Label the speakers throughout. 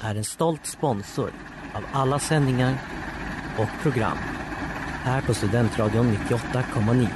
Speaker 1: är en stolt sponsor av alla sändningar och program här på Studentradion 98,9.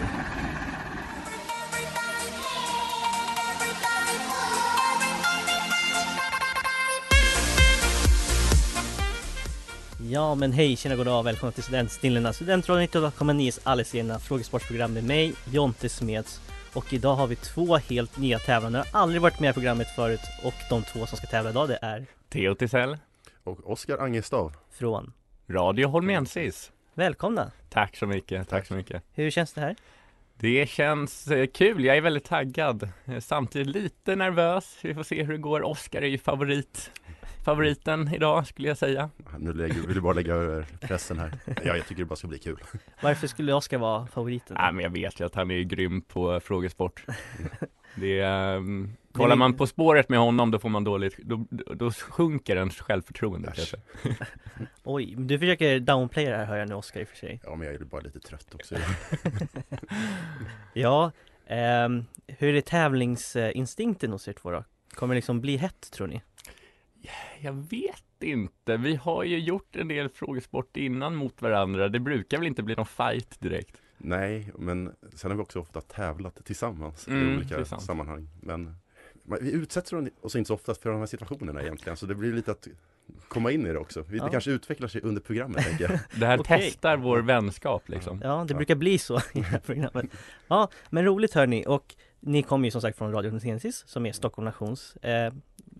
Speaker 1: Ja men hej, tjena goddag, välkomna till Studentsnillena. Studentradion 98,9s alldeles egna frågesportprogram med mig, Jonte Smeds. Och idag har vi två helt nya tävlande. Jag har aldrig varit med i programmet förut och de två som ska tävla idag det är
Speaker 2: Theo Tisell,
Speaker 3: Och Oskar Angestav.
Speaker 1: från
Speaker 2: Radio Holmensis.
Speaker 1: Välkomna!
Speaker 2: Tack så mycket, tack så mycket.
Speaker 1: Hur känns det här?
Speaker 2: Det känns eh, kul, jag är väldigt taggad. Eh, Samtidigt lite nervös, vi får se hur det går. Oscar är ju favorit, favoriten idag skulle jag säga.
Speaker 3: Ah, Nu lägger, vill du bara lägga över pressen här. Ja, jag tycker det bara ska bli kul.
Speaker 1: Varför skulle Oskar vara favoriten?
Speaker 2: Nej men jag vet ju att han är ju grym på eh, frågesport. Det är, ehm, kollar man På spåret med honom då får man dåligt, då, då då sjunker ens självförtroende
Speaker 3: Äsch.
Speaker 2: kanske.
Speaker 1: Oj, men du försöker downplaya det här hör jag nu Oskar i och för sig.
Speaker 3: Ja, men jag är bara lite trött också.
Speaker 1: Ja, ehm, hur är tävlingsinstinkten hos er två då? Kommer det liksom bli hett tror ni?
Speaker 2: Jag vet inte, vi har ju gjort en del frågesport innan mot varandra. Det brukar väl inte bli någon fight direkt?
Speaker 3: Nej, men sen har vi också ofta tävlat tillsammans
Speaker 2: Mm,
Speaker 3: i olika
Speaker 2: det är sant.
Speaker 3: sammanhang. Men men vi utsätter oss inte så ofta för de här situationerna egentligen, så det blir lite att komma in i det också. Vi- Det
Speaker 1: Ja.
Speaker 3: kanske utvecklar sig under programmet, tänker jag.
Speaker 2: Det här
Speaker 1: Okej.
Speaker 2: testar vår vänskap liksom.
Speaker 1: Ja, det
Speaker 3: Ja.
Speaker 1: brukar bli så i det här programmet. Ja, men roligt hörni och ni kommer ju som sagt från Radio Nesensis som är Stockholm Nations eh,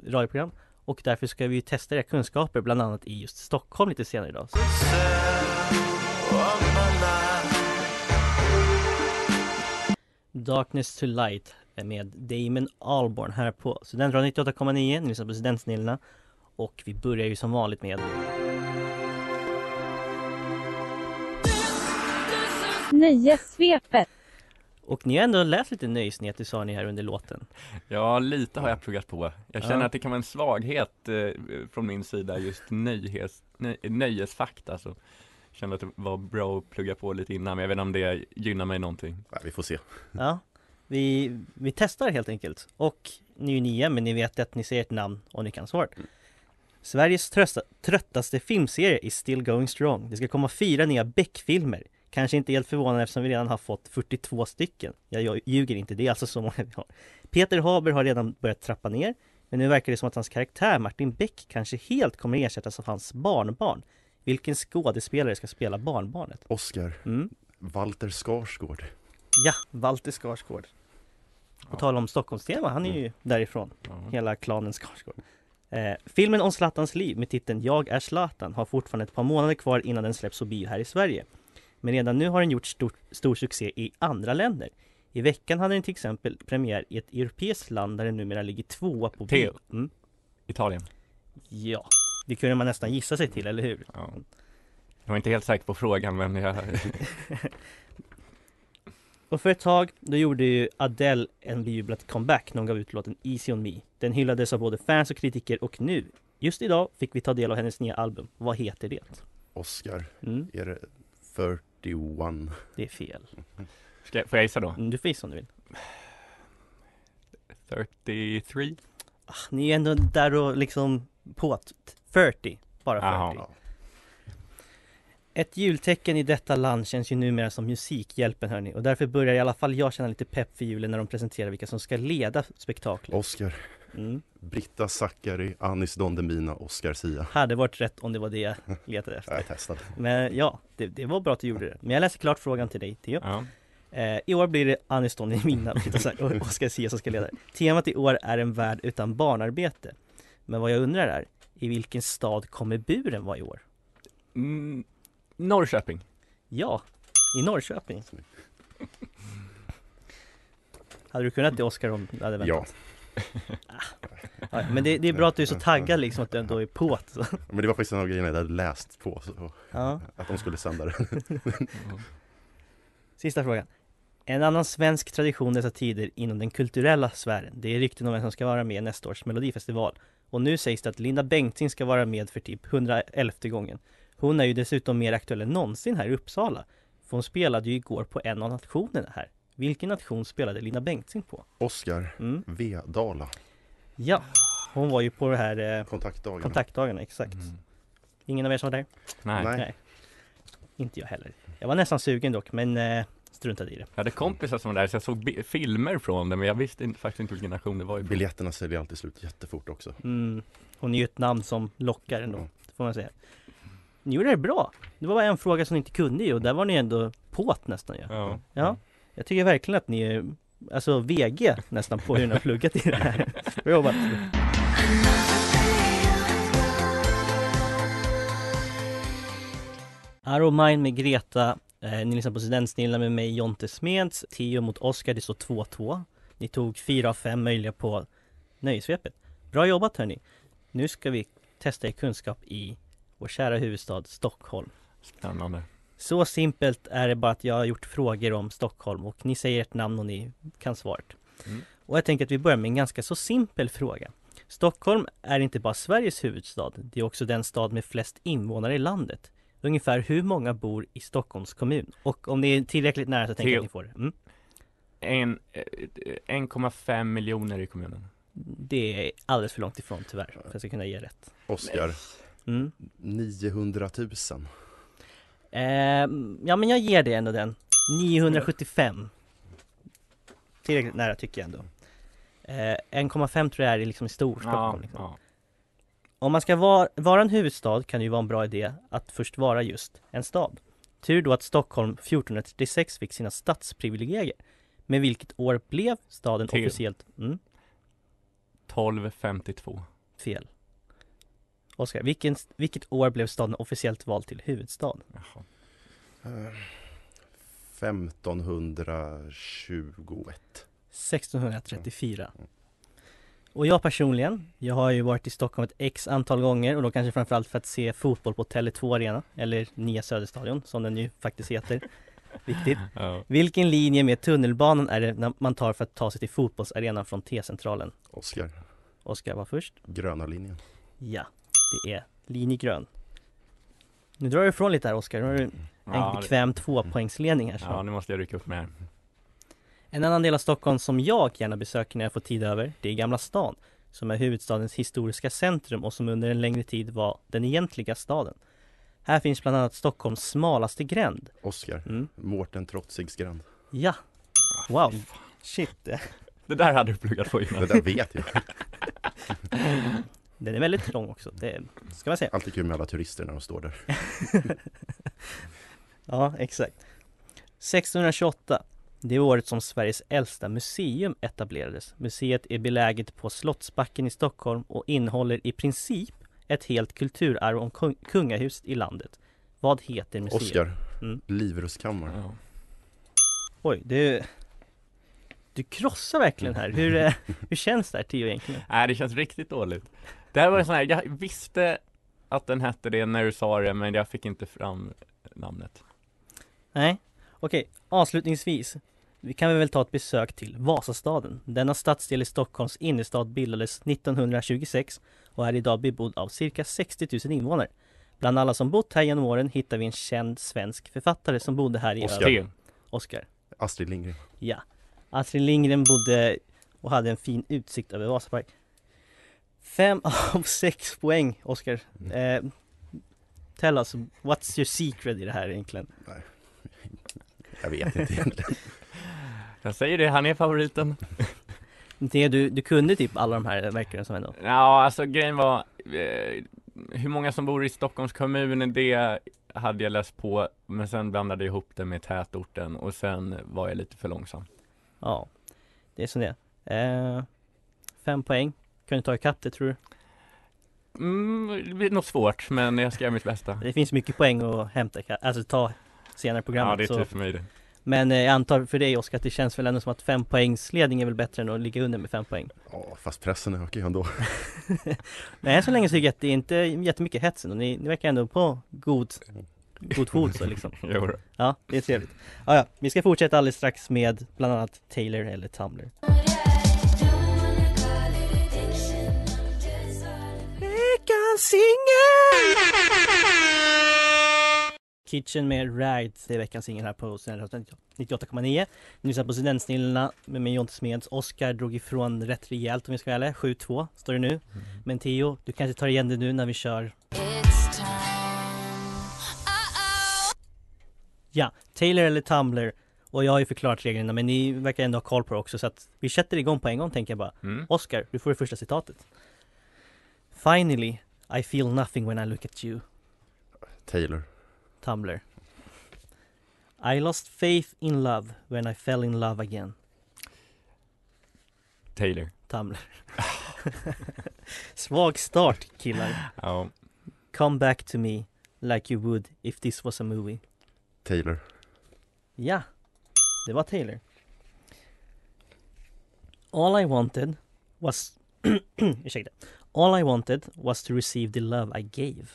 Speaker 1: radioprogram och därför ska vi ju testa era kunskaper bland annat i just Stockholm lite senare idag. Så- Darkness to Light med Damon Albarn här på Studentradion 98,9, ni lyssnar på Studentsnillena och vi börjar ju som vanligt med
Speaker 4: Nöjessvepet.
Speaker 1: och ni har ändå läst lite nöjesnyheter sa ni här under låten.
Speaker 2: Ja, lite har jag pluggat på. Jag känner
Speaker 1: Ja.
Speaker 2: att det kan vara en svaghet eh, från min sida, just nöjes, nö, nöjesfakta. Alltså. Jag kände att det var bra att plugga på lite innan, men jag vet inte om det gynnar mig någonting.
Speaker 3: Nej, vi får se.
Speaker 1: Ja, vi, vi testar helt enkelt. Och ni är ju nya men ni vet att ni ser ett namn och ni kan svaret. Sveriges trösta, tröttaste filmserie är still going strong. Det ska komma fyra nya Beck-filmer. Kanske inte helt förvånande eftersom vi redan har fått 42 stycken. Jag, jag ljuger inte, det är alltså så många vi har. Peter Haber har redan börjat trappa ner. Men nu verkar det som att hans karaktär Martin Beck kanske helt kommer ersättas av hans barnbarn. Vilken skådespelare ska spela barnbarnet?
Speaker 3: Oskar,
Speaker 1: Mm.
Speaker 3: Walter Skarsgård.
Speaker 1: Ja, Walter Skarsgård. På
Speaker 2: Ja. Mm.
Speaker 1: tal om Stockholmstema, han är ju därifrån,
Speaker 2: Ja.
Speaker 1: hela klanen Skarsgård. Eh, filmen om Zlatans liv med titeln Jag är Zlatan har fortfarande ett par månader kvar innan den släpps på bio här i Sverige. Men redan nu har den gjort stor, stor succé i andra länder. I veckan hade den till exempel premiär i ett europeiskt land där den numera ligger tvåa på bio.
Speaker 2: Theo.
Speaker 1: Mm,
Speaker 2: Italien.
Speaker 1: ja, det kunde man nästan gissa sig till, eller hur?
Speaker 2: Ja. Jag var inte helt säker på frågan, men jag...
Speaker 1: Och för ett tag, då gjorde ju Adele en bejublad comeback när hon gav ut låten Easy On Me. Den hyllades av både fans och kritiker och nu, just idag, fick vi ta del av hennes nya album. Vad heter det?
Speaker 3: Oskar,
Speaker 1: Mm,
Speaker 3: är det 41?
Speaker 1: det är fel.
Speaker 2: Ska, jag- får jag gissa då?
Speaker 1: Mm, du får gissa om du vill.
Speaker 2: 33?
Speaker 1: Ah, ni är ändå där och liksom på t- 30, bara 40.
Speaker 2: Jaha.
Speaker 3: Ja.
Speaker 1: Ett jultecken i detta land känns ju numera som Musikhjälpen hörni och därför börjar i alla fall jag känna lite pepp för julen när de presenterar vilka som ska leda spektaklet.
Speaker 3: Oskar,
Speaker 1: Mm.
Speaker 3: Britta Zackari, Anis Don Demina, Oskar Sia.
Speaker 1: Hade varit rätt om det var det jag letade efter.
Speaker 3: Jag testade.
Speaker 1: Men ja, det, det var bra att du gjorde det. Men jag läser klart frågan till dig, Theo.
Speaker 2: Ja.
Speaker 1: Eh, I år blir det Annie Ståhl i mina och Oscar Zia som ska leda. Temat i år är en värld utan barnarbete. Men vad jag undrar är, i vilken stad kommer buren vara i år?
Speaker 2: Mm, Norrköping.
Speaker 1: Ja, i Norrköping. Hade du kunnat det Oscar om du hade
Speaker 3: Ja,
Speaker 1: väntat? Ja. ja men det, det är bra att du är så taggad liksom att du ändå är på det. så.
Speaker 3: men det var faktiskt en av grejerna jag hade läst på, så,
Speaker 1: Ja.
Speaker 3: att de skulle sända den.
Speaker 1: Sista frågan. En annan svensk tradition dessa tider inom den kulturella sfären, det är rykten om vem som ska vara med i nästa års melodifestival. Och nu sägs det att Linda Bengtzing ska vara med för typ 111 gången. Hon är ju dessutom mer aktuell än någonsin här i Uppsala. För hon spelade ju igår på en av nationerna här. Vilken nation spelade Linda Bengtzing på?
Speaker 3: Oscar
Speaker 1: Mm.
Speaker 3: V. Dala,
Speaker 1: Ja, hon var ju på det här eh,
Speaker 3: kontaktdagarna.
Speaker 1: kontaktdagarna, exakt.
Speaker 2: Mm.
Speaker 1: Ingen av er som var där?
Speaker 2: Nej.
Speaker 3: Nej.
Speaker 1: Inte jag heller. Jag var nästan sugen dock, men eh, struntade i det.
Speaker 2: Jag hade kompisar som var där så jag såg bi- filmer från det men jag visste inte, faktiskt inte vilken nation det var ifrån.
Speaker 3: Biljetterna säljer alltid slut jättefort också.
Speaker 1: Mm. Hon är ju ett namn som lockar ändå,
Speaker 3: Ja.
Speaker 1: det får man säga. Ni gjorde det bra! Det var bara en fråga som ni inte kunde ju och där var ni ändå på't nästan ju.
Speaker 2: Ja.
Speaker 1: Ja, jag tycker verkligen att ni är, alltså VG nästan på hur ni har pluggat i det här. Bra jobbat! Arrow Mine med Greta, eh, ni lyssnar på Studentsnillan med mig Jonte Smeds, Theo mot Oscar, det står 2-2. Ni tog 4 av 5 möjliga på nöjesvepet. Bra jobbat hörni! Nu ska vi testa er kunskap i vår kära huvudstad Stockholm.
Speaker 2: Spännande.
Speaker 1: Så simpelt är det bara att jag har gjort frågor om Stockholm och ni säger ert namn och ni kan svaret.
Speaker 2: Mm.
Speaker 1: Och jag tänker att vi börjar med en ganska så simpel fråga. Stockholm är inte bara Sveriges huvudstad, det är också den stad med flest invånare i landet. Ungefär hur många bor i Stockholms kommun? Och om ni är tillräckligt nära så tänker jag att ni får det. Mm.
Speaker 2: En- eh, eh, 1,5 miljoner i kommunen.
Speaker 1: Det är alldeles för långt ifrån tyvärr, för att jag ska kunna ge rätt.
Speaker 3: Oscar,
Speaker 1: Mm.
Speaker 3: 900 000.
Speaker 1: Ehm, ja men jag ger dig ändå den 975 Tillräckligt nära tycker jag ändå eh, 1,5 tror jag är liksom i Storstockholm
Speaker 2: Ja,
Speaker 1: liksom.
Speaker 2: ja.
Speaker 1: Om man ska vara, vara en huvudstad kan det ju vara en bra idé att först vara just en stad Tur då att Stockholm 1436 fick sina stadsprivilegier Men vilket år blev staden
Speaker 2: Till.
Speaker 1: officiellt mm,
Speaker 2: 1252.
Speaker 1: fel? Oskar, vilken, vilket år blev staden officiellt vald till huvudstad?
Speaker 2: Jaha.
Speaker 3: Eh, 1521.
Speaker 1: 1634 Och jag personligen, jag har ju varit i Stockholm ett x antal gånger och då kanske framförallt för att se fotboll på Tele2 Arena eller Nya Söderstadion som den ju faktiskt heter Viktigt
Speaker 2: Ja.
Speaker 1: Vilken linje med tunnelbanan är det när man tar för att ta sig till fotbollsarenan från T-centralen?
Speaker 3: Oscar,
Speaker 1: Oskar var först
Speaker 3: gröna linjen.
Speaker 1: Ja, det är linje grön Nu drar du ifrån lite här Oskar, nu har du en
Speaker 2: Ja, det-
Speaker 1: bekväm tvåpoängsledning här så.
Speaker 2: ja, nu måste jag rycka upp mig här.
Speaker 1: En annan del av Stockholm som jag gärna besöker när jag får tid över, det är Gamla stan, som är huvudstadens historiska centrum och som under en längre tid var den egentliga staden. Här finns bland annat Stockholms smalaste gränd.
Speaker 3: Oscar,
Speaker 1: Mm.
Speaker 3: Mårten Trotsigs gränd.
Speaker 1: Ja, wow, shit,
Speaker 2: Det där hade du pluggat på
Speaker 3: Det
Speaker 2: innan.
Speaker 3: där vet jag.
Speaker 1: den är väldigt lång också, det ska man säga.
Speaker 3: Alltid kul med alla turister när de står där.
Speaker 1: Ja, exakt. 1628, det var året som Sveriges äldsta museum etablerades. Museet är beläget på Slottsbacken i Stockholm och innehåller i princip ett helt kulturarv om kung- kungahuset i landet. Vad heter museet?
Speaker 3: Oscar,
Speaker 1: Mm.
Speaker 3: Livrustkammaren.
Speaker 2: Ja.
Speaker 1: Oj, du... Du krossar verkligen här. Hur, eh, hur känns det här Theo egentligen?
Speaker 2: Nej, det känns riktigt dåligt. Det här var en sån här, jag visste att den hette det när du sa det, men jag fick inte fram namnet.
Speaker 1: Nej, okej, avslutningsvis vi kan väl ta ett besök till Vasastaden. Denna stadsdel i Stockholms innerstad bildades 1926 och är idag bebodd av cirka 60 000 invånare. Bland alla som bott här genom åren hittar vi en känd svensk författare som bodde här i
Speaker 3: Oscar.
Speaker 1: över...
Speaker 2: Theo.
Speaker 1: Oscar.
Speaker 3: Astrid Lindgren.
Speaker 1: Ja. Astrid Lindgren bodde och hade en fin utsikt över Vasapark. Fem av sex poäng, Oscar. Eh, tell us, what's your secret i det här egentligen?
Speaker 3: Jag vet inte egentligen.
Speaker 2: Jag säger det, han är favoriten.
Speaker 1: Det du, du kunde typ alla de här verkar det som ändå.
Speaker 2: Ja, alltså grejen var eh, hur många som bor i Stockholms kommun, det hade jag läst på, men sen blandade jag ihop det med tätorten och sen var jag lite för långsam.
Speaker 1: Ja, det är som det är. eh, Fem poäng. Kan du ta ikapp det tror du?
Speaker 2: Mm, det blir nog svårt, men jag ska göra mitt bästa.
Speaker 1: Det finns mycket poäng att hämta, ikapp- alltså ta senare i
Speaker 2: Ja,
Speaker 1: programmet.
Speaker 2: det är
Speaker 1: så.
Speaker 2: tur för mig det.
Speaker 1: Men eh, jag antar för dig Oskar att det känns väl ändå som att fem poängsledning är väl bättre än att ligga under med fem poäng.
Speaker 3: Ja, fast pressen ökar ju ändå.
Speaker 1: Men än så länge så tycker jag att det är inte jättemycket hets ändå. Ni, ni verkar ändå på god, god fot så liksom.
Speaker 2: Jo då.
Speaker 1: Ja, det är trevligt. Ja, ja, vi ska fortsätta alldeles strax med bland annat Taylor eller Tumblr. Kitchen med Ride, det är veckans singel här på Studentradion 98,9. Ni lyssnar på Studentsnillena med mig Jonte Smeds. Oskar drog ifrån rätt rejält om vi ska vara ärliga. 7-2 står det nu. Men Theo, du kanske tar igen det nu när vi kör Ja, Taylor eller Tumblr. Och jag har ju förklarat reglerna men ni verkar ändå ha koll på det också så att vi sätter igång på en gång tänker jag bara.
Speaker 2: Mm.
Speaker 1: Oscar, du får det första citatet. Finally, I feel nothing when I look at you.
Speaker 3: Taylor.
Speaker 1: Tumblr. I lost faith in love when I fell in love again.
Speaker 2: Taylor.
Speaker 1: Tumblr. Svag start killar.
Speaker 2: Ja,
Speaker 1: Come back to me like you would if this was a movie.
Speaker 3: Taylor.
Speaker 1: Ja, det var Taylor. All I wanted was... ursäkta. All I wanted was to receive the love I gave.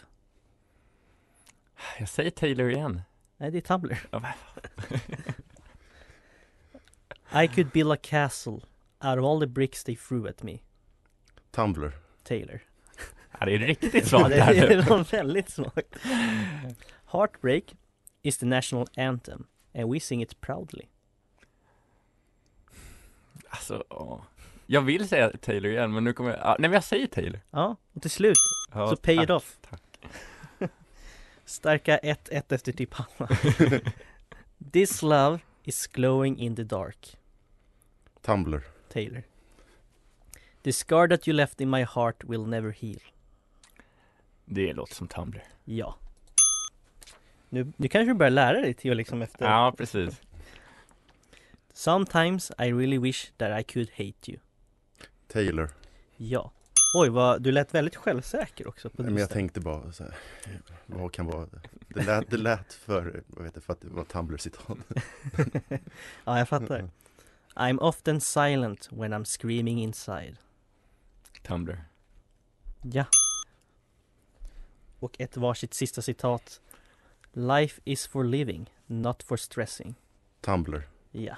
Speaker 2: jag säger Taylor igen.
Speaker 1: Nej, det är Tumblr.
Speaker 2: Ja, va?
Speaker 1: I could build a castle out of all the bricks they threw at me.
Speaker 3: Tumblr.
Speaker 1: Taylor.
Speaker 2: Ja, det är riktigt svagt
Speaker 1: det,
Speaker 2: här
Speaker 1: det
Speaker 2: nu.
Speaker 1: var väldigt svagt. Heartbreak is the national anthem and we sing it proudly.
Speaker 2: Alltså, ja. Jag vill säga Taylor igen, men nu kommer jag... Ja, nej, men jag säger Taylor.
Speaker 1: Ja, och till slut
Speaker 2: Ja,
Speaker 1: så pay
Speaker 2: tack.
Speaker 1: it off.
Speaker 2: tack.
Speaker 1: Starka 1-1 efter typ halva. This love is glowing in the dark.
Speaker 3: Tumblr.
Speaker 1: Taylor. The scar that you left in my heart will never heal.
Speaker 2: Det låter som Tumblr.
Speaker 1: Ja. Nu, nu kanske du börjar lära dig till liksom efter...
Speaker 2: Ja, precis.
Speaker 1: Sometimes I really wish that I could hate you.
Speaker 3: Taylor.
Speaker 1: Ja. Oj, vad, du lät väldigt självsäker också på
Speaker 3: Nej, Men jag
Speaker 1: det.
Speaker 3: tänkte bara så här, vad kan vara det? Lät, det lät för, vad vet jag, för att det var Tumblr-citat.
Speaker 1: Ja, jag fattar. I'm often silent when I'm screaming inside.
Speaker 2: Tumblr.
Speaker 1: Ja. Och ett varsitt sista citat. Life is for living, not for stressing.
Speaker 3: Tumblr.
Speaker 1: Ja.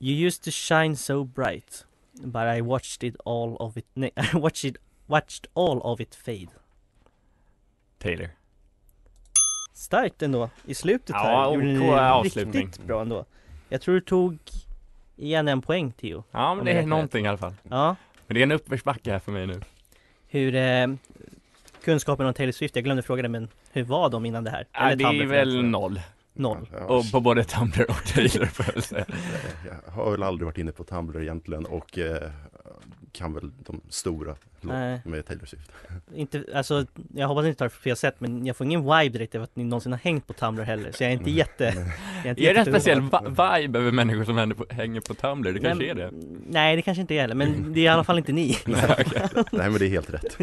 Speaker 1: You used to shine so bright, but I watched it all of it, nej, I watched it, watched all of it fade.
Speaker 2: Taylor.
Speaker 1: Starkt ändå, i slutet
Speaker 2: Ja,
Speaker 1: här. Gjorde ni
Speaker 2: OK avslutning.
Speaker 1: Riktigt bra ändå. Jag tror du tog igen en poäng, Theo.
Speaker 2: Ja,
Speaker 1: Om
Speaker 2: men det
Speaker 1: jag
Speaker 2: är
Speaker 1: räknar
Speaker 2: någonting i alla fall.
Speaker 1: Ja.
Speaker 2: Men det är en uppförsbacke här för mig nu.
Speaker 1: Hur eh, kunskapen om Taylor Swift, jag glömde fråga dig men hur var de innan det här?
Speaker 2: Ja, det
Speaker 1: Tumblr
Speaker 2: är
Speaker 1: för
Speaker 2: väl
Speaker 1: den
Speaker 2: noll.
Speaker 1: Noll.
Speaker 3: Ja,
Speaker 2: Och på både Tumblr och Taylor får jag väl säga.
Speaker 3: Jag har väl aldrig varit inne på Tumblr egentligen och eh, kan väl de stora låtarna
Speaker 1: Nej,
Speaker 3: med Taylor Swift.
Speaker 1: inte, alltså jag hoppas inte tar det på fel sätt men jag får ingen vibe direkt av att ni någonsin har hängt på Tumblr heller så jag är inte jätte... jag inte
Speaker 2: Är det en
Speaker 1: jätteoroad.
Speaker 2: speciell va- vibe över människor som händer på, hänger på Tumblr? Det kanske
Speaker 1: Nej,
Speaker 2: är det?
Speaker 1: Nej det kanske inte är heller men det är i alla fall inte ni.
Speaker 3: Nej men det är helt rätt.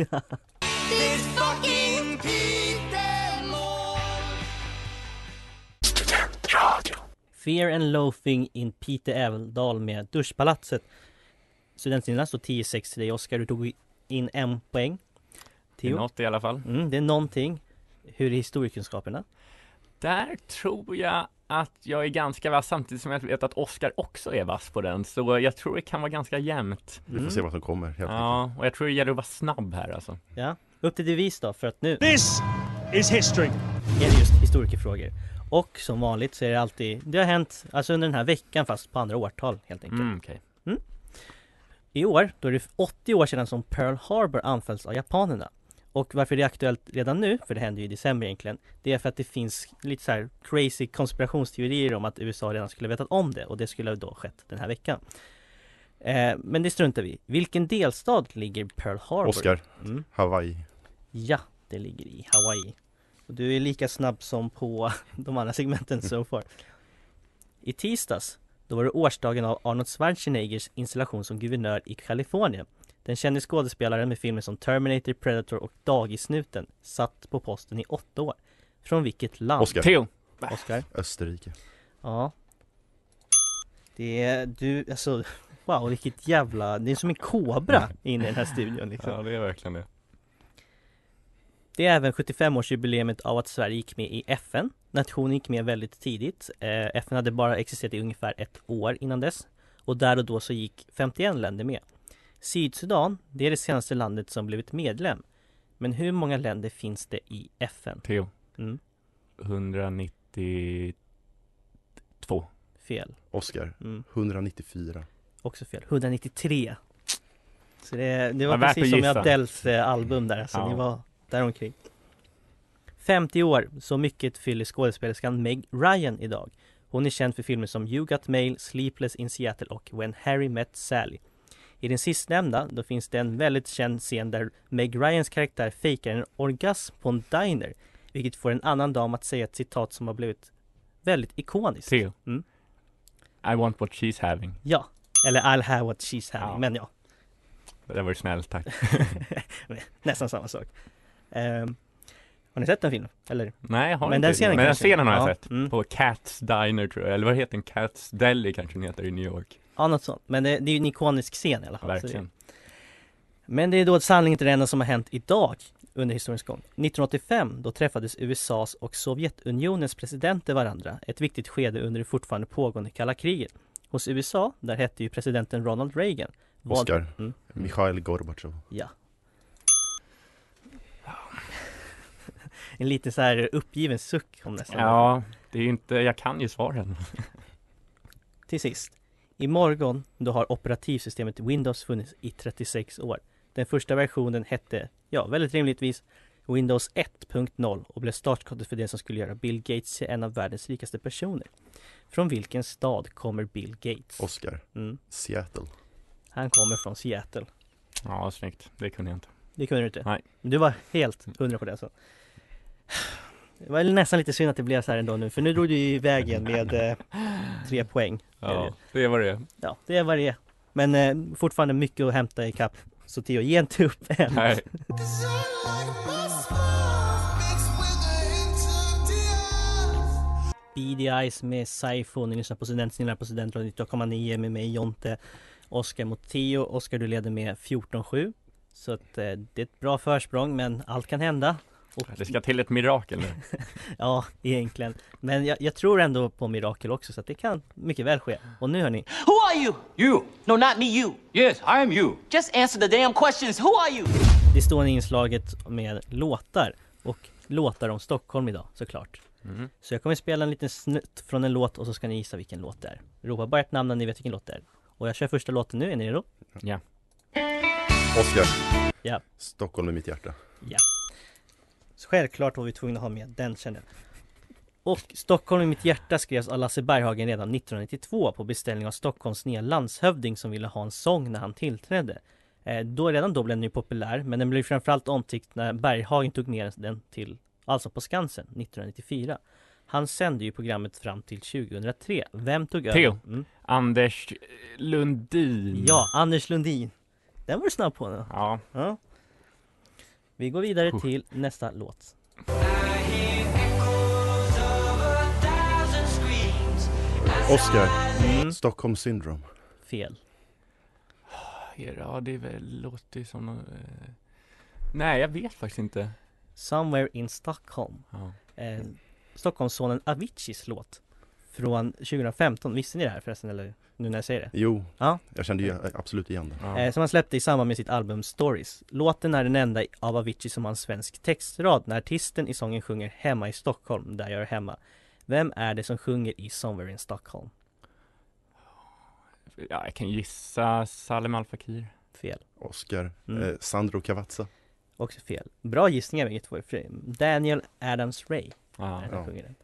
Speaker 1: Fear and Loathing in Peter Ävendal med Duschpalatset. Studentsidan står 10-6 till dig Oskar, du tog in en poäng.
Speaker 2: Det är
Speaker 1: Theo,
Speaker 2: något i alla fall.
Speaker 1: mm, det är någonting. Hur är historiekunskaperna?
Speaker 2: Där tror jag att jag är ganska vass samtidigt som jag vet att Oscar också är vass på den. Så jag tror det kan vara ganska jämnt.
Speaker 3: Vi
Speaker 1: Mm.
Speaker 3: får se vad som kommer helt enkelt.
Speaker 2: Ja, och jag tror det gäller att vara snabb här alltså.
Speaker 1: Ja, upp till bevis då för att nu
Speaker 4: This is history.
Speaker 1: är det just historikerfrågor. Och som vanligt så är det alltid, det har hänt alltså under den här veckan fast på andra årtal helt enkelt.
Speaker 2: Mm, okej.
Speaker 1: I år, då är det 80 år sedan som Pearl Harbor anfölls av japanerna. Och varför det är aktuellt redan nu, för det händer ju i december egentligen, det är för att det finns lite så här crazy konspirationsteorier om att USA redan skulle ha vetat om det och det skulle ha då skett den här veckan. Eh, men det struntar vi i. Vilken delstat ligger Pearl Harbor?
Speaker 3: Oscar.
Speaker 1: Mm.
Speaker 3: Hawaii.
Speaker 1: Ja, det ligger i Hawaii. Och du är lika snabb som på de andra segmenten so far. I tisdags, då var det årsdagen av Arnold Schwarzeneggers installation som guvernör i Kalifornien. Den kände skådespelaren med filmer som Terminator, Predator och Dagisnuten satt på posten i åtta år. Från vilket land?
Speaker 3: Oscar.
Speaker 2: Theo!
Speaker 1: Oscar.
Speaker 3: Österrike.
Speaker 1: Ja. Det är du, alltså wow vilket jävla, det är som en kobra inne i den här studion liksom.
Speaker 2: Ja, det är verkligen det.
Speaker 1: Det är även 75-årsjubileet av att Sverige gick med i FN. Nationen gick med väldigt tidigt. Eh, FN hade bara existerat i ungefär ett år innan dess. Och där och då så gick 51 länder med. Sydsudan, det är det senaste landet som blivit medlem. Men hur många länder finns det i FN?
Speaker 2: Theo.
Speaker 1: Mm,
Speaker 2: 192.
Speaker 1: fel.
Speaker 3: Oscar.
Speaker 1: Mm,
Speaker 3: 194.
Speaker 1: också fel. 193. Så det, det
Speaker 2: Ja,
Speaker 1: var
Speaker 2: värt att
Speaker 1: precis som i
Speaker 2: gissa.
Speaker 1: Adels eh, album där, alltså
Speaker 2: Ja.
Speaker 1: ni var däromkring. 50 år, så mycket fyller skådespelerskan Meg Ryan idag. Hon är känd för filmer som You Got Mail, Sleepless in Seattle och When Harry Met Sally. I den sistnämnda, då finns det en väldigt känd scen där Meg Ryans karaktär fejkar en orgasm på en diner, vilket får en annan dam att säga ett citat som har blivit väldigt ikoniskt.
Speaker 2: Theo.
Speaker 1: Mm.
Speaker 2: I want what she's having.
Speaker 1: Ja, eller I'll have what she's having,
Speaker 2: Ja.
Speaker 1: men ja.
Speaker 2: Det där var ju snällt, tack.
Speaker 1: Nästan samma sak. Ehm, har ni sett den filmen? Eller?
Speaker 2: Nej, jag har
Speaker 1: Men
Speaker 2: inte.
Speaker 1: den scenen
Speaker 2: Men den
Speaker 1: kanske-
Speaker 2: scenen har jag
Speaker 1: ja,
Speaker 2: sett.
Speaker 1: mm.
Speaker 2: På Cats Diner tror jag, eller vad heter den? Cats Deli kanske den heter i New York.
Speaker 1: Ja, något sånt. Men det, det är ju en ikonisk scen i alla fall. så
Speaker 2: Verkligen.
Speaker 1: det- Men det är då sanningen inte det enda som har hänt idag under historiens gång. 1985, då träffades USAs och Sovjetunionens presidenter varandra. Ett viktigt skede under det fortfarande pågående kalla kriget. Hos USA, där hette ju presidenten Ronald Reagan. Vad-
Speaker 3: Oscar.
Speaker 1: Mm.
Speaker 3: Mikhail Gorbatjov.
Speaker 1: Ja. En lite så här uppgiven suck om nästan.
Speaker 2: Ja, det är ju inte, jag kan ju svaren.
Speaker 1: Till sist, imorgon då har operativsystemet Windows funnits i 36 år. Den första versionen hette, ja väldigt rimligtvis, Windows 1.0 och blev startskottet för det som skulle göra Bill Gates till en av världens rikaste personer. Från vilken stad kommer Bill Gates?
Speaker 3: Oscar.
Speaker 1: Mm,
Speaker 3: Seattle.
Speaker 1: han kommer från Seattle.
Speaker 2: Ja, snyggt. Det kunde jag inte.
Speaker 1: Det kunde du inte?
Speaker 2: Nej.
Speaker 1: Du var helt hundra på det alltså. Det var nästan lite synd att det blev så här ändå nu, för nu drog du ju iväg igen med eh, tre poäng.
Speaker 2: Ja, det var det
Speaker 1: Ja, det är vad det är. Men eh, fortfarande mycket att hämta i kapp. Så Theo, ge inte upp än.
Speaker 2: Nej,
Speaker 1: Beady Eyes med Saifo. Ni lyssnar på Student snillar på Studentradion 98,9 med mig Jonte. Oskar mot Theo. Oskar, du leder med 14-7. Så att eh, det är ett bra försprång, men allt kan hända. Och
Speaker 2: det ska till ett mirakel nu.
Speaker 1: ja, egentligen. Men jag, jag tror ändå på mirakel också, så att det kan mycket väl ske. Och nu hörni,
Speaker 5: Who are you? You. No, not me, you. Yes, I am you. Just answer the damn questions. Who are you?
Speaker 1: det står i inslaget med låtar och låtar om Stockholm idag såklart. Så jag kommer spela en liten snutt från en låt och så ska ni gissa vilken låt det är. Ropa bara ett namn när ni vet vilken låt det är. Och jag kör första låten nu, är ni redo?
Speaker 2: Ja.
Speaker 3: Oscar.
Speaker 1: Ja.
Speaker 3: Stockholm i mitt hjärta.
Speaker 1: Så självklart var vi tvungna att ha med den känner Och Stockholm i mitt hjärta skrevs av Lasse Berghagen redan 1992 på beställning av Stockholms nya landshövding som ville ha en sång när han tillträdde. Eh, då, redan då blev den ju populär, men den blev framförallt omtyckt när Berghagen tog ner den till Alltså på Skansen 1994. Han sände ju programmet fram till 2003. Vem tog över?
Speaker 2: Theo.
Speaker 1: Mm.
Speaker 2: Anders Lundin.
Speaker 1: Ja, Anders Lundin. Den var du snabb på nu.
Speaker 2: Ja,
Speaker 1: Ja. Vi går vidare
Speaker 2: Puh.
Speaker 1: till nästa låt.
Speaker 3: Oscar.
Speaker 1: Mm.
Speaker 3: Stockholm syndrom.
Speaker 1: Fel.
Speaker 2: ja det är väl, låter ju som någon, eh... Nej, jag vet faktiskt inte.
Speaker 1: Somewhere in Stockholm.
Speaker 2: Ja.
Speaker 1: eh, Stockholmssonen Aviciis låt från 2015. Visste ni det här förresten eller nu när jag säger det?
Speaker 3: Jo.
Speaker 1: Ja.
Speaker 3: Jag kände ju absolut igen den.
Speaker 2: Ja.
Speaker 1: Eh, som han släppte i samband med sitt album Stories. Låten är den enda av Avicii som har en svensk textrad när artisten i sången sjunger Hemma i Stockholm, där jag är hemma. Vem är det som sjunger i Somewhere in Stockholm?
Speaker 2: ja, jag kan gissa Salem Al Fakir.
Speaker 1: Fel.
Speaker 3: Oscar.
Speaker 1: Mm.
Speaker 3: Eh, Sandro Cavazza.
Speaker 1: Också fel. Bra gissningar bägge två i och för sig. Daniel Adams Ray är
Speaker 2: Ja.
Speaker 1: den som
Speaker 3: Ja.
Speaker 1: sjunger den.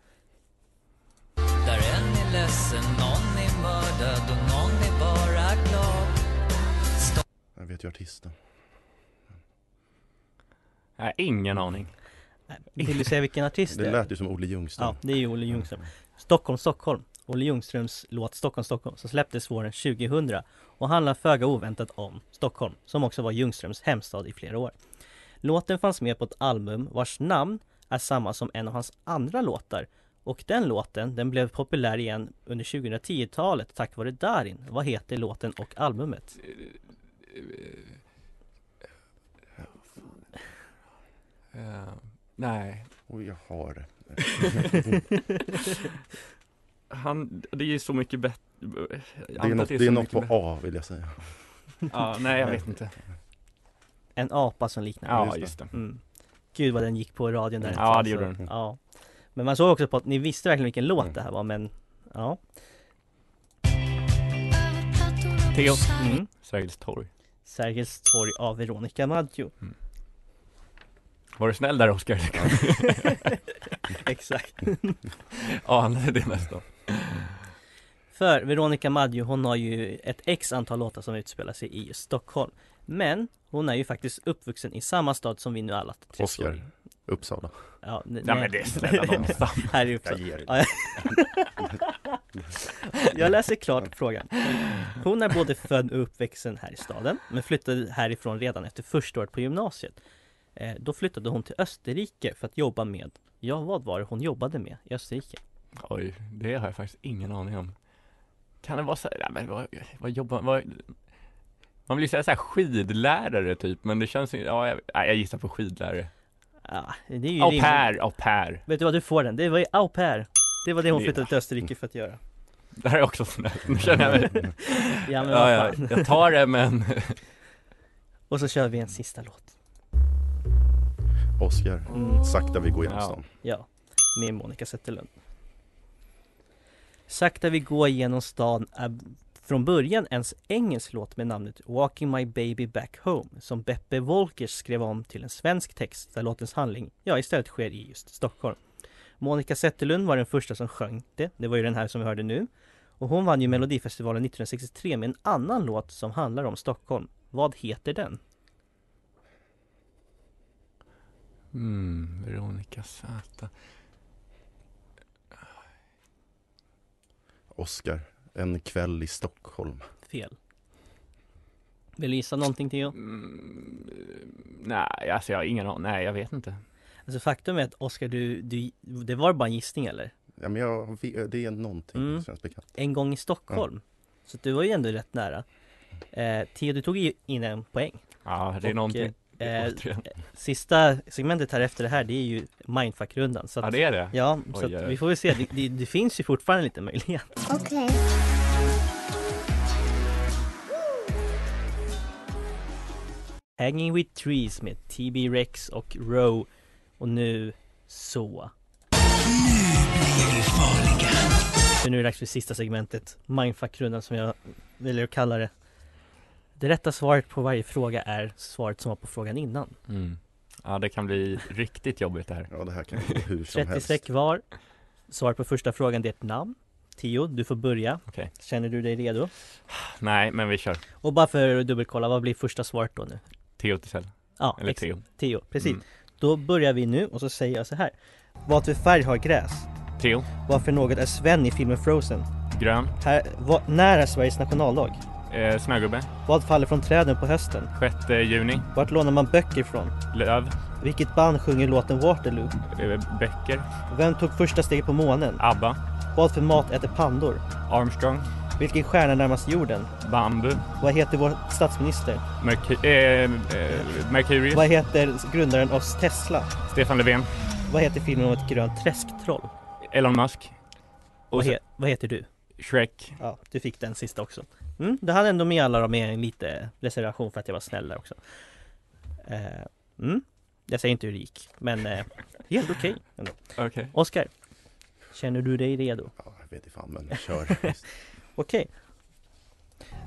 Speaker 6: Där en är ledsen, någon är mördad och någon är bara glad
Speaker 3: Jag vet ju artisten.
Speaker 2: Nej, ingen aning.
Speaker 1: Äh, Vill du säga vilken artist det
Speaker 3: Det
Speaker 1: är?
Speaker 3: lät ju som Olle Ljungström.
Speaker 1: Ja, det är ju Olle Ljungström Stockholm, Stockholm Olle Ljungströms låt Stockholm, Stockholm som släpptes våren 2000 och handlar föga oväntat om Stockholm som också var Ljungströms hemstad i flera år. Låten fanns med på ett album vars namn är samma som en av hans andra låtar och den låten den blev populär igen under 2010-talet tack vare Darin. Vad heter låten och albumet?
Speaker 2: Eh, nej,
Speaker 3: Oj, jag har det.
Speaker 2: han, det är ju så mycket bättre
Speaker 3: Det är något, det är något på A vill jag säga.
Speaker 2: Ja, nej jag vet inte.
Speaker 1: En apa som liknar en
Speaker 2: Ja,
Speaker 3: just det.
Speaker 2: just det.
Speaker 1: Mm. Gud vad den gick på radion där ett
Speaker 2: Ja,
Speaker 1: tag,
Speaker 2: det
Speaker 1: så-
Speaker 2: gjorde den.
Speaker 1: Ja. Men man såg också på att ni visste verkligen vilken låt
Speaker 3: Mm.
Speaker 1: det här var men Ja
Speaker 2: Theo.
Speaker 1: mm.
Speaker 2: Sergels torg.
Speaker 1: Sergels torg av Veronica Maggio
Speaker 2: Var du snäll där Oskar?
Speaker 1: Exakt
Speaker 2: Ja, han är det nästan.
Speaker 1: För Veronica Maggio hon har ju ett x antal låtar som utspelar sig i Stockholm Men hon är ju faktiskt uppvuxen i samma stad som vi nu alla tre
Speaker 3: Oscar.
Speaker 1: står i.
Speaker 3: Uppsala.
Speaker 1: Ja, nej,
Speaker 2: Nej men det är snälla någonstans.
Speaker 1: Här är
Speaker 3: Jag
Speaker 1: Uppsala.
Speaker 3: ger det.
Speaker 1: Ja, Jag läser klart frågan. Hon är både född och uppvuxen här i staden, men flyttade härifrån redan efter första året på gymnasiet. Eh, Då flyttade hon till Österrike för att jobba med, ja vad var det hon jobbade med i Österrike?
Speaker 2: Oj, det har jag faktiskt ingen aning om. Kan det vara så här, nej, men vad, vad jobbar, vad, man vill ju säga så här skidlärare typ, men det känns ju, ja jag, nej, jag gissar på skidlärare.
Speaker 1: Ah, det är ju
Speaker 2: Au
Speaker 1: rimligt.
Speaker 2: pair, au pair.
Speaker 1: Vet du vad, du får den. Det var ju au pair. Det var det hon
Speaker 2: Det-
Speaker 1: flyttade till Österrike för att göra.
Speaker 2: Det här är också snällt, nu känner jag mig,
Speaker 1: Ja men
Speaker 2: ja,
Speaker 1: vad
Speaker 2: ja,
Speaker 1: fan.
Speaker 2: jag tar det men
Speaker 1: Och så kör vi en sista låt.
Speaker 3: Oscar. Sakta vi går genom
Speaker 2: Ja.
Speaker 3: stan.
Speaker 1: Mm. Ja, med Monica Zetterlund. Sakta vi går genom stan är från början ens engelsk låt med namnet Walking My Baby Back Home som Beppe Wolkers skrev om till en svensk text där låtens handling, ja istället sker i just Stockholm. Monica Zetterlund var den första som sjöng det, det var ju den här som vi hörde nu. Och hon vann ju Melodifestivalen 1963 med en annan låt som handlar om Stockholm. Vad heter den?
Speaker 2: Mm, Veronica Zäta.
Speaker 3: Oscar. En kväll i Stockholm.
Speaker 1: Fel. Vill du gissa någonting Theo?
Speaker 2: Mm, eh, nej, alltså jag har ingen aning, nej jag vet inte.
Speaker 1: Alltså faktum är att Oskar, du, du, det var bara en gissning eller?
Speaker 3: Ja, men jag, det är någonting
Speaker 1: Mm.
Speaker 3: som känns bekant.
Speaker 1: En gång i Stockholm. Så du var ju ändå rätt nära. Eh, Theo, du tog ju in en poäng.
Speaker 2: Ja, det är
Speaker 1: Och,
Speaker 2: någonting.
Speaker 1: eh,
Speaker 2: återigen.
Speaker 1: Sista segmentet här efter det här, det är ju mindfuck-rundan. Så att,
Speaker 2: ja det är det.
Speaker 1: Ja, så
Speaker 2: Oj, oj,
Speaker 1: att
Speaker 2: oj.
Speaker 1: vi får väl se. Det, det, det finns ju fortfarande lite möjlighet. Hanging with Trees med TB Rex och Row. Och nu så. För nu är det dags för sista segmentet, Mindfuck-rundan som jag väljer att kalla det. Det rätta svaret på varje fråga är svaret som var på frågan innan.
Speaker 2: Mm. Ja det kan bli riktigt jobbigt det här.
Speaker 3: Ja, det här kan gå hur som
Speaker 1: 30
Speaker 3: helst.
Speaker 1: streck var. Svaret på första frågan det är ett namn. Tio, du får börja.
Speaker 2: Okej.
Speaker 1: Känner du dig redo?
Speaker 2: Nej, men vi kör.
Speaker 1: Och bara för att dubbelkolla, vad blir första svaret då nu?
Speaker 2: Theo Tisell,
Speaker 1: Ja,
Speaker 2: eller
Speaker 1: exakt.
Speaker 2: Theo.
Speaker 1: Tio, precis.
Speaker 2: Mm.
Speaker 1: Då börjar vi nu och så säger jag så här. Vad för färg har gräs?
Speaker 2: Theo,
Speaker 1: Varför något är Sven i filmen Frozen?
Speaker 2: grön,
Speaker 1: Här, vad, när är Sveriges nationaldag?
Speaker 2: eh, snögubbe,
Speaker 1: Vad faller från träden på hösten?
Speaker 2: 6 juni,
Speaker 1: Vart lånar man böcker från?
Speaker 2: löv,
Speaker 1: Vilket band sjunger låten Waterloo?
Speaker 2: eh, bäcker,
Speaker 1: Vem tog första steget på månen?
Speaker 2: ABBA,
Speaker 1: Vad för mat äter pandor?
Speaker 2: Armstrong,
Speaker 1: Vilken stjärna närmast jorden?
Speaker 2: bambu,
Speaker 1: Vad heter vår statsminister?
Speaker 2: Mercu- eh, eh, Mercurius,
Speaker 1: Vad heter grundaren av Tesla?
Speaker 2: Stefan Löfven,
Speaker 1: Vad heter filmen om ett grönt träsktroll?
Speaker 2: Elon Musk,
Speaker 1: Vad,
Speaker 2: och
Speaker 1: he- vad heter du?
Speaker 2: Shrek.
Speaker 1: Ja, du fick den sista också. Mm, det hade ändå med alla dem med en lite reservation för att jag var snäll där också. Eh, mm, jag säger inte hur det gick, men eh, helt okej ändå.
Speaker 2: Okej.
Speaker 1: Oskar, känner du dig redo?
Speaker 3: Ja, jag vet inte fan, men kör.
Speaker 1: Okej.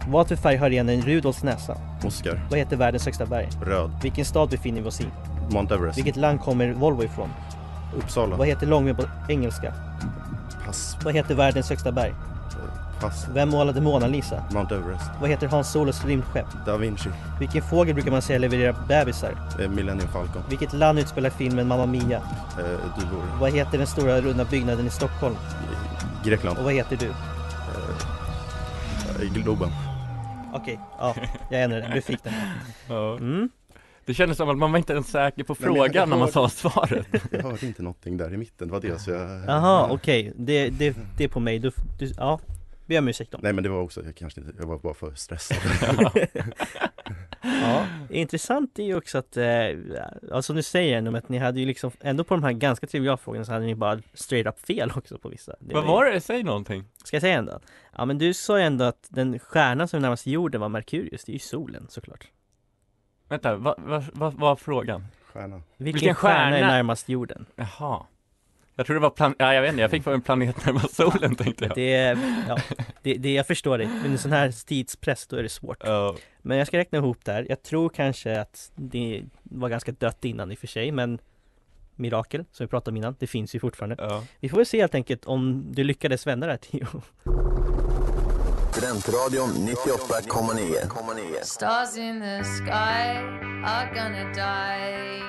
Speaker 1: Vad för färg har renen Rudolfs näsa?
Speaker 3: Oscar.
Speaker 1: Vad heter världens högsta berg?
Speaker 3: Röd.
Speaker 1: Vilken stad befinner vi oss i?
Speaker 3: Mount Everest.
Speaker 1: Vilket land kommer Volvo ifrån?
Speaker 3: Uppsala.
Speaker 1: Vad heter långben på engelska?
Speaker 3: Pass.
Speaker 1: Vad heter världens högsta berg?
Speaker 3: Pass.
Speaker 1: Vem målade Mona Lisa?
Speaker 3: Mount Everest.
Speaker 1: Vad heter Hans Solos rymdskepp?
Speaker 3: Da Vinci.
Speaker 1: Vilken fågel brukar man säga levererar bebisar?
Speaker 3: Eh, Millennium Falcon.
Speaker 1: Vilket land utspelar filmen Mamma Mia?
Speaker 3: Eh, Duvor.
Speaker 1: Vad heter den stora runda byggnaden i Stockholm?
Speaker 3: Grekland.
Speaker 1: Och vad heter du?
Speaker 3: Eh, Globen.
Speaker 1: Okej, ja, jag ändrar den. Du fick den.
Speaker 2: Ja.
Speaker 1: Mm.
Speaker 2: Det kändes som att man var inte ens säker på
Speaker 3: Nej, men jag
Speaker 2: frågan när man sa svaret.
Speaker 3: Jag hörde inte någonting där i mitten, det var det så jag...
Speaker 1: Jaha, okej. Det, det, det är på mig. Du, du, ja, ber om ursäkt då.
Speaker 3: Nej men det var också, jag kanske inte, jag var bara för stressad.
Speaker 1: Ja. Intressant är ju också att, eh, ja, som du säger ändå, att ni hade ju liksom, ändå på de här ganska triviala frågorna så hade ni bara straight up fel också på vissa. Det
Speaker 2: Vad
Speaker 1: ju-
Speaker 2: var det? Säg någonting.
Speaker 1: Ska jag säga ändå? Ja men du sa ju ändå att den stjärnan som är närmast jorden var Merkurius, det är ju solen såklart.
Speaker 2: Vänta, vad vad vad var frågan?
Speaker 3: Stjärna.
Speaker 1: Vilken,
Speaker 2: Vilken
Speaker 1: stjärna? är
Speaker 2: stjärna?
Speaker 1: närmast jorden?
Speaker 2: Jaha. Jag tror det var plan... Ja, jag vet inte, jag fick på en planet närmast solen tänkte jag.
Speaker 1: Det, är- ja, det, det, jag förstår dig, men i sån här tidspress då är det svårt.
Speaker 2: Ja.
Speaker 1: Men jag ska räkna ihop där, jag tror kanske att det var ganska dött innan i och för sig, men Mirakel, som vi pratade om innan, det finns ju fortfarande.
Speaker 2: Ja.
Speaker 1: Vi får väl se helt enkelt om du lyckades vända det här till
Speaker 7: Studentradion 98,9.
Speaker 8: Stars in the sky are gonna die.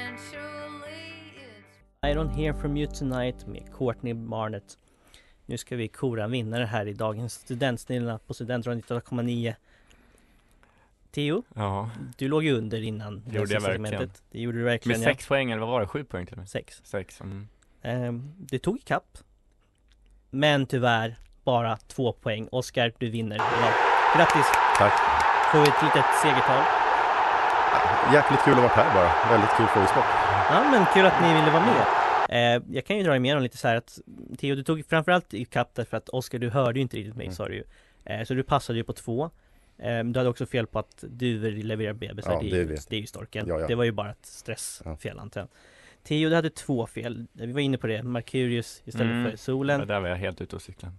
Speaker 8: Eventually, it's
Speaker 1: I don't hear from you tonight med Courtney Barnett. Nu ska vi kora en vinnare här i dagens studentsnilla på Studentradion 98,9. Theo,
Speaker 2: ja.
Speaker 1: du låg ju under innan
Speaker 2: Det gjorde jag
Speaker 1: sista segmentet.
Speaker 2: verkligen.
Speaker 1: Det gjorde du
Speaker 2: Med
Speaker 1: verkligen.
Speaker 2: sex poäng eller vad var det? Sju poäng till och
Speaker 1: Ja.
Speaker 2: med?
Speaker 1: sex.
Speaker 2: Sex. Mm.
Speaker 1: Ehm, det tog ikapp. Men tyvärr bara två poäng. Oskar, du vinner. idag. Grattis!
Speaker 3: Tack.
Speaker 1: Får vi ett litet segertal.
Speaker 3: Jäkligt kul att vara här bara, väldigt kul frågesport.
Speaker 1: Ja men kul att ni ville vara med! Eh, jag kan ju dra igenom lite så här att Theo du tog framförallt i kapp därför att Oskar du hörde ju inte riktigt mig
Speaker 3: Mm.
Speaker 1: sa du ju eh, Så du passade ju på två eh, Du hade också fel på att duvor levererar bebisar,
Speaker 3: Ja,
Speaker 1: det, är
Speaker 3: det
Speaker 1: ju,
Speaker 3: vet
Speaker 1: det är ju storken
Speaker 3: Ja, ja.
Speaker 1: Det var ju bara ett stressfel antar jag Theo du hade två fel, vi var inne på det, Merkurius istället
Speaker 2: Mm.
Speaker 1: för
Speaker 2: Ja,
Speaker 1: solen
Speaker 2: där var jag helt ute och cyklade.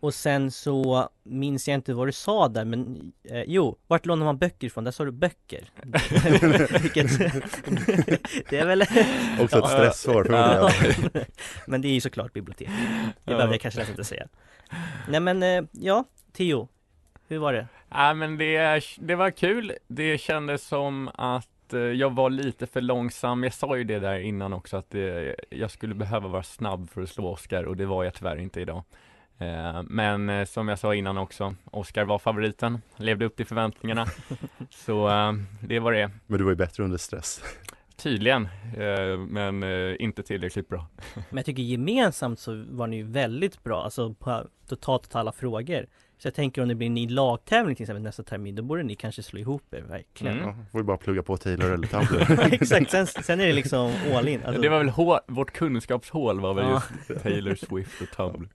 Speaker 1: Och sen så minns jag inte vad du sa där men eh, Jo, vart lånar man böcker ifrån? Där sa du böcker Vilket Det är väl
Speaker 3: Också ett
Speaker 1: Ja.
Speaker 3: stressår
Speaker 1: Ja.
Speaker 3: förmodligen.
Speaker 1: men det är ju såklart bibliotek. Det behöver jag kanske nästan inte säga. Nej men, eh, ja, Theo. Hur var det?
Speaker 2: Ja, men det, det var kul. Det kändes som att eh, jag var lite för långsam. Jag sa ju det där innan också att det, jag skulle behöva vara snabb för att slå Oscar och det var jag tyvärr inte idag. Eh, Men eh, som jag sa innan också, Oscar var favoriten, levde upp till förväntningarna. Så eh, det var det,
Speaker 3: Men du var ju bättre under stress.
Speaker 2: tydligen, eh, men eh, inte tillräckligt bra.
Speaker 1: Men jag tycker gemensamt så var ni ju väldigt bra, alltså på totalt på alla frågor. Så jag tänker om det blir en ny lagtävling till exempel nästa termin, då borde ni kanske slå ihop er verkligen.
Speaker 2: Mm.
Speaker 3: Ja, får ju bara plugga på Taylor eller Tumblr.
Speaker 1: Exakt, sen, sen är det liksom all in. Alltså,
Speaker 2: Det var väl hå- vårt kunskapshål var väl
Speaker 1: Ja.
Speaker 2: just Taylor Swift och Tumblr.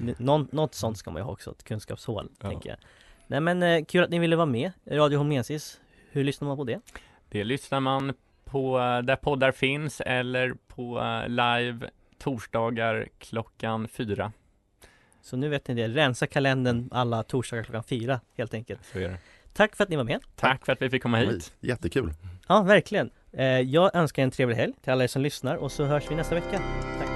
Speaker 1: n- någon, något sånt ska man ju ha också, ett kunskapshål,
Speaker 2: Ja.
Speaker 1: tänker jag. Nej men eh, kul att ni ville vara med. Radio Holmensis, hur lyssnar man på det?
Speaker 2: Det lyssnar man på eh, där poddar finns eller på eh, live torsdagar klockan fyra.
Speaker 1: Så nu vet ni det, rensa kalendern alla torsdagar klockan fyra helt enkelt.
Speaker 2: Så är det.
Speaker 1: Tack för att ni var med.
Speaker 2: Tack för att vi fick komma hit.
Speaker 3: Jättekul.
Speaker 1: Ja, verkligen. Eh, Jag önskar en trevlig helg till alla er som lyssnar och så hörs vi nästa vecka.